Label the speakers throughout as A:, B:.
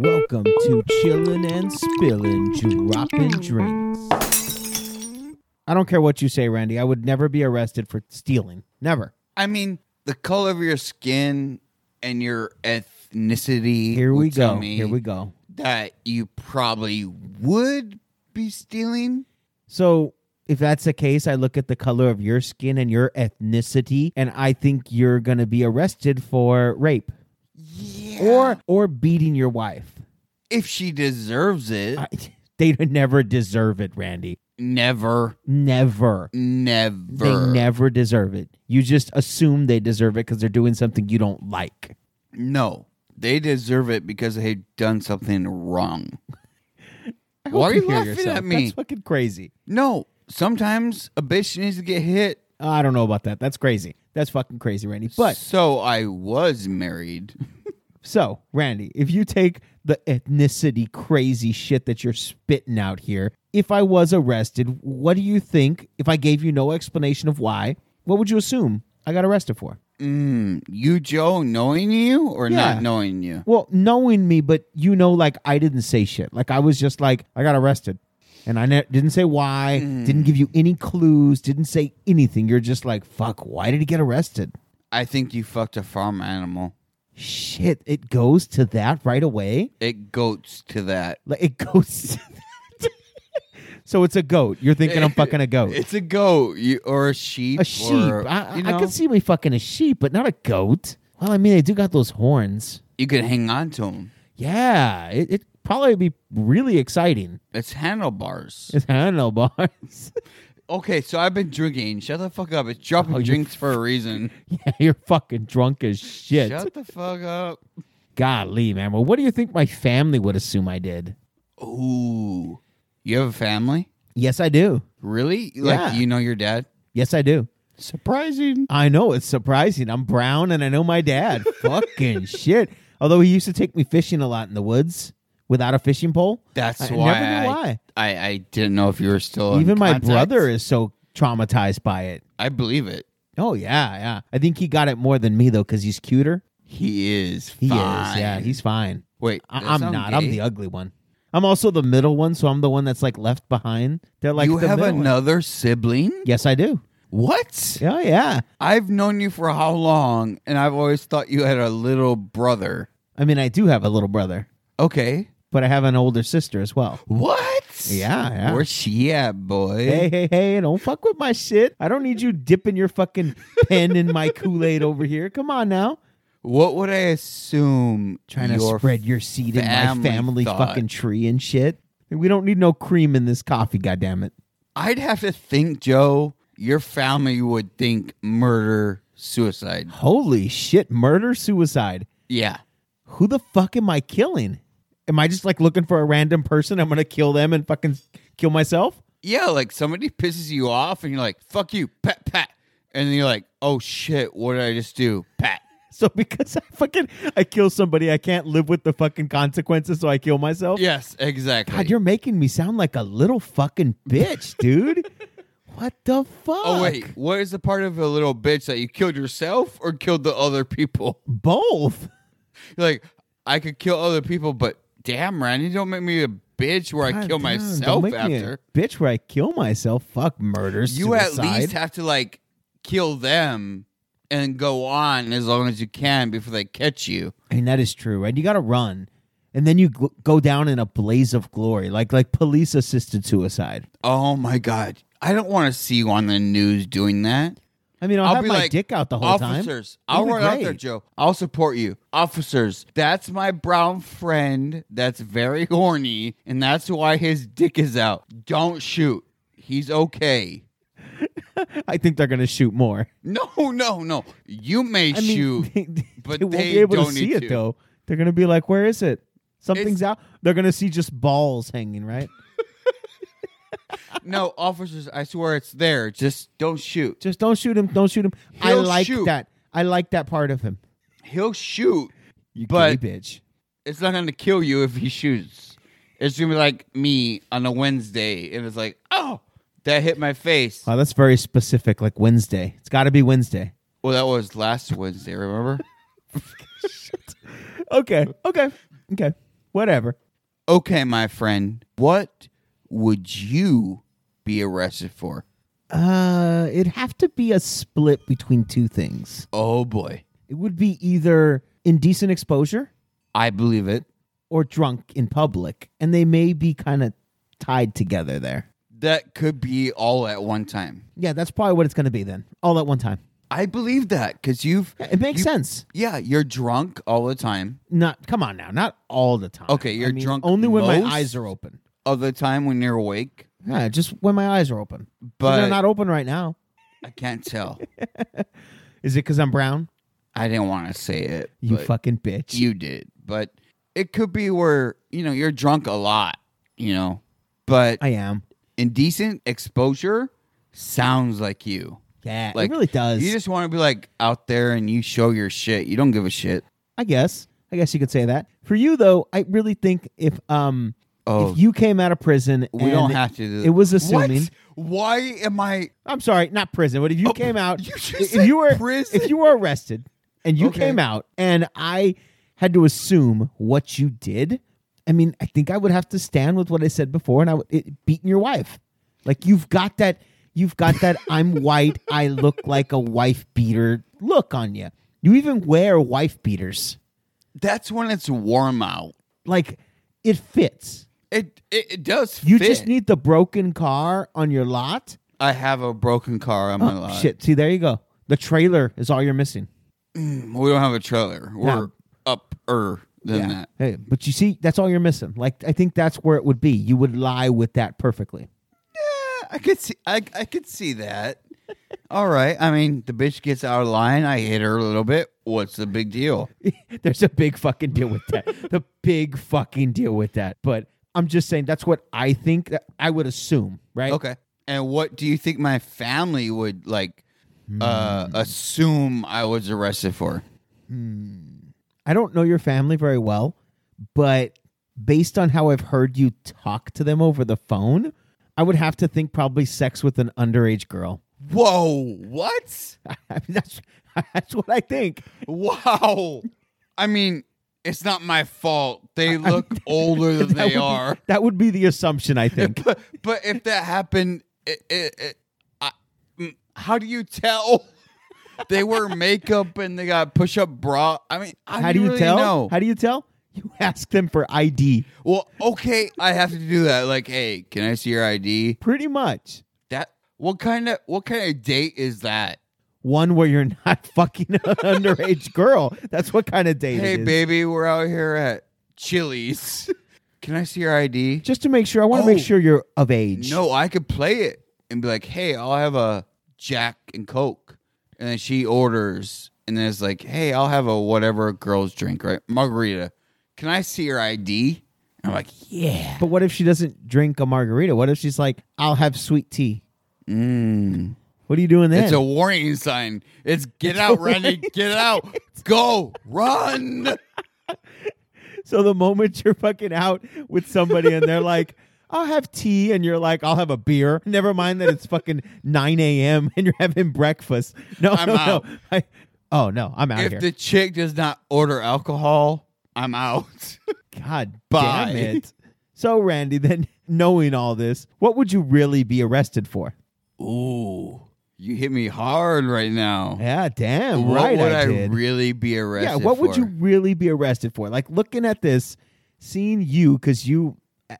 A: Welcome to Chillin' and Spillin' Droppin' Drinks. I don't care what you say, Randy. I would never be arrested for stealing. Never.
B: I mean, the color of your skin and your ethnicity.
A: Here
B: would
A: we
B: tell
A: go.
B: me
A: Here we go.
B: That you probably would be stealing.
A: So, if that's the case, I look at the color of your skin and your ethnicity, and I think you're going to be arrested for rape
B: Yeah.
A: or or beating your wife.
B: if she deserves it,
A: I, they never deserve it, Randy.
B: never,
A: Never.
B: never,
A: They never deserve it. You just assume they deserve it because they're doing something you don't like.
B: No, they deserve it because they've done something wrong. Why
A: Hope
B: are you
A: hear
B: laughing
A: yourself.
B: at me?
A: That's fucking crazy.
B: No, sometimes a bitch needs to get hit.
A: Uh, I don't know about that. That's crazy. That's fucking crazy, Randy. But
B: so I was married.
A: so, Randy, if you take the ethnicity crazy shit that you're spitting out here, if I was arrested, what do you think? If I gave you no explanation of why, what would you assume I got arrested for?
B: Mm, you, Joe, knowing you or
A: Yeah.
B: not knowing you?
A: Well, knowing me, but you know, like I didn't say shit. Like I was just like I got arrested, and I ne- didn't say why.
B: Mm.
A: Didn't give you any clues. Didn't say anything. You're just like fuck. Why did he get arrested?
B: I think you fucked a farm animal.
A: Shit, it goes to that right away.
B: It goats to that.
A: Like it goes. To that. so it's a goat. You're thinking I'm fucking a goat.
B: It's a goat you, or a sheep.
A: A sheep.
B: Or,
A: I,
B: you
A: I
B: know,
A: could see me fucking a sheep, but not a goat. Well, I mean, they do got those horns.
B: you could hang on to them.
A: Yeah, it, it'd probably be really exciting.
B: It's handlebars.
A: It's handlebars.
B: Okay, so I've been drinking. Shut the fuck up. It's dropping
A: Oh, you-
B: drinks for a reason.
A: Yeah, you're fucking drunk as shit.
B: Shut the fuck up.
A: Golly, man. Well, what do you think my family would assume I did?
B: Ooh. You have a family?
A: Yes, I do.
B: Really? Like
A: Yeah.
B: you know your dad?
A: Yes, I do.
B: Surprising.
A: I know it's surprising. I'm brown and I know my dad. fucking shit. Although he used to take me fishing a lot in the woods without a fishing pole.
B: That's
A: I
B: why,
A: never knew
B: I,
A: why.
B: I I didn't know if you were still in
A: Even my
B: contact.
A: brother is so traumatized by it.
B: I believe it.
A: Oh yeah, yeah. I think he got it more than me though, because he's cuter.
B: He is.
A: He
B: fine.
A: is. Yeah, he's fine.
B: Wait,
A: I-
B: that
A: I'm
B: sound
A: not.
B: gay?
A: I'm the ugly one. I'm also the middle one, so I'm the one that's like left behind. They're like
B: you
A: the
B: have
A: middle one.
B: another sibling?
A: Yes, I do.
B: What?
A: Oh yeah.
B: I've known you for how long, and I've always thought you had a little brother.
A: I mean, I do have a little brother,
B: Okay.
A: but I have an older sister as well.
B: What?
A: Yeah, yeah.
B: Where's she at, boy?
A: Hey, hey, hey, don't fuck with my shit. I don't need you dipping your fucking pen in my Kool-Aid over here. Come on now.
B: What would I assume?
A: Trying to
B: your-
A: spread your seed in my
B: family
A: family
B: thought.
A: fucking tree and shit. We don't need no cream in this coffee, goddammit.
B: I'd have to think, Joe. Your family would think murder, suicide.
A: Holy shit, murder, suicide.
B: Yeah.
A: Who the fuck am I killing? Am I just like looking for a random person? I'm gonna kill them and fucking kill myself?
B: Yeah, like somebody pisses you off and you're like, fuck you, pat, pat. And then you're like, oh shit, what did I just do? Pat.
A: So because I fucking I kill somebody, I can't live with the fucking consequences, so I kill myself.
B: Yes, exactly.
A: God, you're making me sound like a little fucking bitch, dude. what the fuck?
B: oh, wait. What is the part of a little bitch that you killed yourself or killed the other people?
A: Both.
B: You're like, I could kill other people, but damn, Randy, don't make me a bitch where I
A: God
B: kill
A: damn, don't
B: myself
A: make me a
B: after.
A: bitch, where I kill myself. Fuck murders.
B: You
A: suicide.
B: at least have to like kill them and go on as long as you can before they catch you.
A: I mean, that is true, right? You got to run, and then you gl- go down in a blaze of glory, like like police assisted suicide.
B: Oh my god. I don't want to see you on the news doing that.
A: I mean, I'll,
B: I'll
A: have
B: be
A: my
B: like,
A: dick out the whole time.
B: Officers, I'll
A: It'll be
B: run out there,
A: great.
B: Joe. I'll support you. Officers, that's my brown friend that's very horny, and that's why his dick is out. Don't shoot. He's okay.
A: I think they're gonna shoot more.
B: No, no, no. You may
A: I mean,
B: shoot.
A: they, they
B: but
A: won't
B: they
A: be able to
B: don't need
A: see it
B: to.
A: though. They're gonna be like, "Where is it? Something's
B: It's-
A: out." They're gonna see just balls hanging, right?
B: no, officers, I swear it's there. Just don't shoot.
A: Just don't shoot him. Don't shoot him. I
B: He'll
A: like
B: shoot.
A: that. I like that part of him.
B: He'll shoot.
A: You
B: But-
A: gay bitch.
B: It's not going to kill you if he shoots. It's going to be like me on a Wednesday, and it's like, oh, that hit my face.
A: Wow, Oh, that's very specific. Like Wednesday. It's got to be Wednesday.
B: Well, that was last Wednesday, remember?
A: Okay. Okay. Okay. Whatever.
B: Okay, my friend, what would you be arrested for?
A: Uh, it'd have to be a split between two things.
B: Oh boy.
A: It would be either indecent exposure
B: I believe it.
A: or drunk in public, and they may be kind of tied together there.
B: That could be all at one time.
A: Yeah, that's probably what it's going to be then, all at one time.
B: I believe that because you've.
A: Yeah, It makes
B: you-
A: sense.
B: Yeah, you're drunk all the time.
A: Not come on now, not all the time.
B: Okay, you're
A: I mean,
B: drunk
A: only when my
B: most?
A: eyes are open.
B: All the time when you're awake,
A: Yeah, just when my eyes are open. So
B: but
A: they're not open right now.
B: I can't tell.
A: Is it because I'm brown?
B: I didn't want to say it.
A: You
B: but
A: fucking bitch.
B: you did, but it could be where you know you're drunk a lot. You know, but
A: I am.
B: indecent exposure sounds like you.
A: Yeah,
B: Like
A: it really does.
B: You just want to be like out there and you show your shit. You don't give a shit.
A: I guess. I guess you could say that. For you though, I really think if um
B: Oh.
A: if you came out of prison,
B: We don't
A: and-
B: have to do
A: it was
B: What?
A: assuming-
B: Why am I
A: I'm sorry, not prison, but if you
B: Oh,
A: came out,
B: you just
A: if
B: said
A: you were
B: prison.
A: if you were arrested and you
B: Okay.
A: came out, and I had to assume what you did. I mean, I think I would have to stand with what I said before, and I would it, beating your wife. Like you've got that, you've got that. I'm white. I look like a wife beater. Look on you. You even wear wife beaters.
B: That's when it's warm out.
A: Like it fits.
B: It it, it does.
A: You
B: fit.
A: just need the broken car on your lot.
B: I have a broken car on my
A: Oh,
B: lot.
A: shit. See, there you go. The trailer is all you're missing.
B: We don't have a trailer. We're up er than that.
A: Hey, but you see, that's all you're missing. Like, I think that's where it would be. You would lie with that perfectly.
B: Yeah, I could see. I I could see that. All right. I mean, the bitch gets out of line. I hit her a little bit. What's the big deal?
A: There's a big fucking deal with that. the big fucking deal with that. But I'm just saying that's what I think that I would assume, right?
B: Okay. And what do you think my family would like?
A: Hmm.
B: Uh, assume I was arrested for.
A: I don't know your family very well, but based on how I've heard you talk to them over the phone, I would have to think probably sex with an underage girl.
B: Whoa! What?
A: I mean, that's that's what I think.
B: Wow. I mean, it's not my fault. They look older than
A: That would
B: they
A: be-
B: are.
A: that would be the assumption, I think.
B: But, but if that happened, it, it, it, I, mm, how do you tell? They wear makeup and they got push up bra. I mean, how,
A: How do you
B: really
A: tell?
B: Know?
A: How do you tell? You ask them for ID.
B: well, okay, I have to do that. Like, hey, can I see your ID?
A: Pretty much.
B: That what kind of what kind of date is that?
A: One where you're not fucking an underage girl. That's what kind of date
B: Hey,
A: it is.
B: baby, we're out here at Chili's. Can I see your ID?
A: Just to make sure, I want to
B: Oh.
A: make sure you're of age.
B: No, I could play it and be like, "Hey, I'll have a Jack and Coke," and then she orders, and then it's like, "Hey, I'll have a whatever girl's drink, right? Margarita. Can I see your ID?" And I'm like, "Yeah."
A: But what if she doesn't drink a margarita? What if she's like, I'll have sweet tea? Hmm.
B: Mm.
A: What are you doing then?
B: It's a warning sign. It's get
A: a
B: out, Randy.
A: warning
B: Get out. Go run.
A: so the moment you're fucking out with somebody and they're like, I'll have tea, and you're like, I'll have a beer. Never mind that it's fucking 9 a.m. and you're having breakfast. No,
B: I'm
A: no,
B: out.
A: no. I, oh, no, I'm out
B: if
A: here.
B: the chick does not order alcohol, I'm out.
A: God
B: Bye.
A: damn it. So, Randy, then knowing all this, what would you really be arrested for?
B: Ooh, you hit me hard right now.
A: Yeah, damn
B: what
A: right
B: would
A: I
B: I,
A: did.
B: really be arrested?
A: yeah, what would
B: for?
A: you really be arrested for? Like looking at this, seeing you, because you,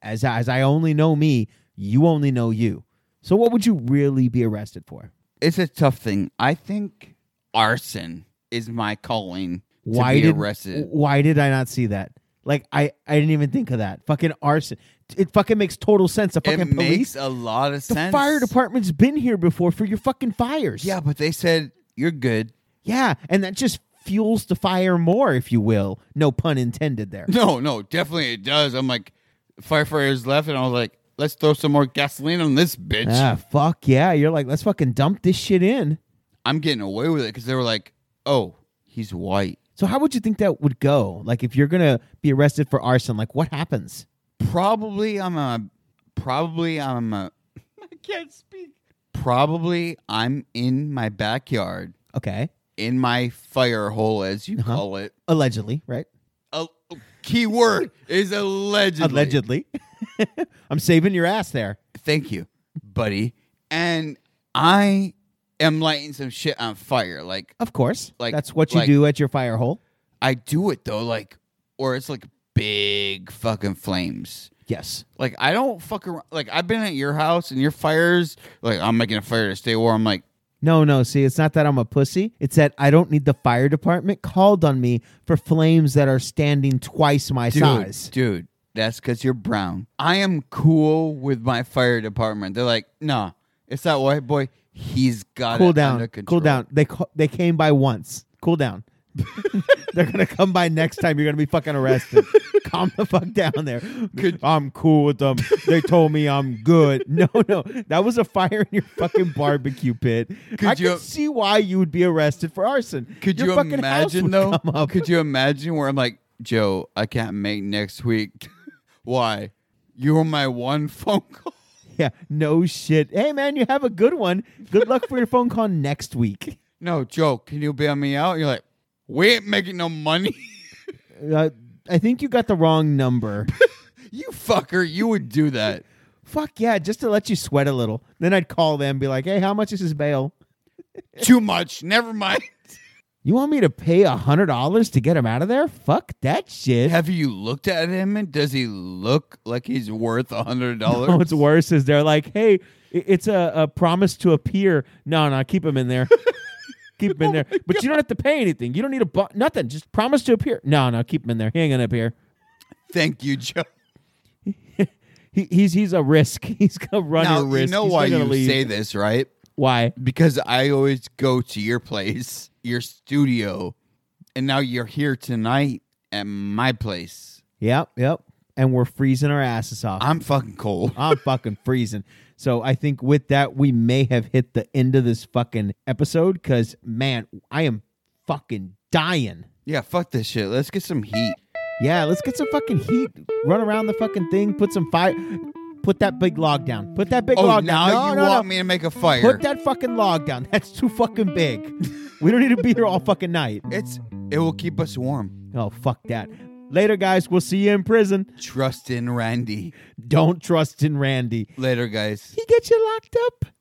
A: as as I only know me, you only know you. So, what would you really be arrested for?
B: it's a tough thing. I think arson is my calling
A: Why
B: to be
A: did
B: arrested.
A: Why did I not see that? Like I, I didn't even think of that. Fucking arson. It fucking makes total sense. The fucking
B: It
A: police,
B: makes a lot of
A: the
B: sense.
A: fire department's been here before for your fucking fires.
B: Yeah, but they said you're good.
A: Yeah, and that just fuels the fire more, if you will. No pun intended there.
B: No, no, definitely it does. I'm like, firefighters left, and I was like, let's throw some more gasoline on this bitch.
A: ah, fuck yeah. You're like, let's fucking dump this shit in.
B: I'm getting away with it because they were like, oh, he's white.
A: So how would you think that would go? Like if you're gonna be arrested for arson, like what happens?
B: Probably I'm a. Probably I'm a. I can't speak. Probably I'm in my backyard,
A: Okay.
B: in my fire hole, as you
A: Uh-huh.
B: call it.
A: Allegedly, right?
B: Oh, key word is allegedly.
A: Allegedly. I'm saving your ass there.
B: Thank you, buddy. And I am lighting some shit on fire. Like
A: Of course.
B: Like-
A: That's what you
B: like-
A: do at your fire hole.
B: I do it though, like or it's like big fucking flames.
A: Yes.
B: Like I don't fuck around. Like I've been at your house and your fires. Like I'm making a fire to stay warm. I'm like
A: No, no. See, it's not that I'm a pussy. It's that I don't need the fire department called on me for flames that are standing twice my
B: dude,
A: size.
B: dude. That's because you're brown. I am cool with my fire department. They're like, nah, it's that white boy. He's got
A: Cool
B: it under
A: down.
B: control.
A: Cool down. They ca- they came by once. Cool down. They're gonna come by next time. You're gonna be fucking arrested. Calm the fuck down there. I'm cool with them. They told me I'm good. No, no, that was a fire in your fucking barbecue pit. I
B: you-
A: could see why you would be arrested for arson.
B: Could
A: Your
B: you
A: fucking house
B: imagine
A: would
B: though?
A: come up.
B: Could you imagine where I'm like, Joe, I can't make next week. Why? You were my one phone call.
A: Yeah, no shit. Hey man, you have a good one. Good luck for your phone call next week.
B: No, Joe, can you bail me out? You're like, we ain't making no money.
A: Uh, I think you got the wrong number.
B: you fucker, you would do that.
A: Fuck yeah, just to let you sweat a little. Then I'd call them, be like, hey, how much is his bail?
B: Too much. Never mind.
A: You want me to pay a hundred dollars to get him out of there? Fuck that shit.
B: Have you looked at him? And does he look like he's worth a hundred
A: Oh,
B: dollars?
A: what's worse is they're like, hey, i- it's a, a promise to appear. No, no, keep him in there. keep him in there. But you don't have to pay anything. You don't need a bu- nothing. Just promise to appear. No, no, keep him in there. He ain't gonna appear.
B: Thank you, Joe.
A: He, he's he's a risk. He's a runner
B: Now
A: risk.
B: you know
A: He's not
B: why you
A: gonna leave.
B: say this, right?
A: why?
B: Because I always go to your place, your studio, and now you're here tonight at my place.
A: Yep, yep. And we're freezing our asses off.
B: I'm fucking cold.
A: I'm fucking freezing. So I think with that, we may have hit the end of this fucking episode because, man, I am fucking dying.
B: Yeah, fuck this shit. Let's get some heat.
A: Yeah, let's get some fucking heat. Run around the fucking thing. Put some fire. Put that big log down. Put that big
B: Oh,
A: log
B: now
A: down. No,
B: you
A: no,
B: want
A: no.
B: me to make a fire?
A: Put that fucking log down. That's too fucking big. we don't need to be here all fucking night.
B: It's it will keep us warm.
A: Oh, fuck that. Later, guys. We'll see you in prison.
B: Trust in Randy.
A: Don't trust in Randy.
B: Later, guys.
A: He gets you locked up.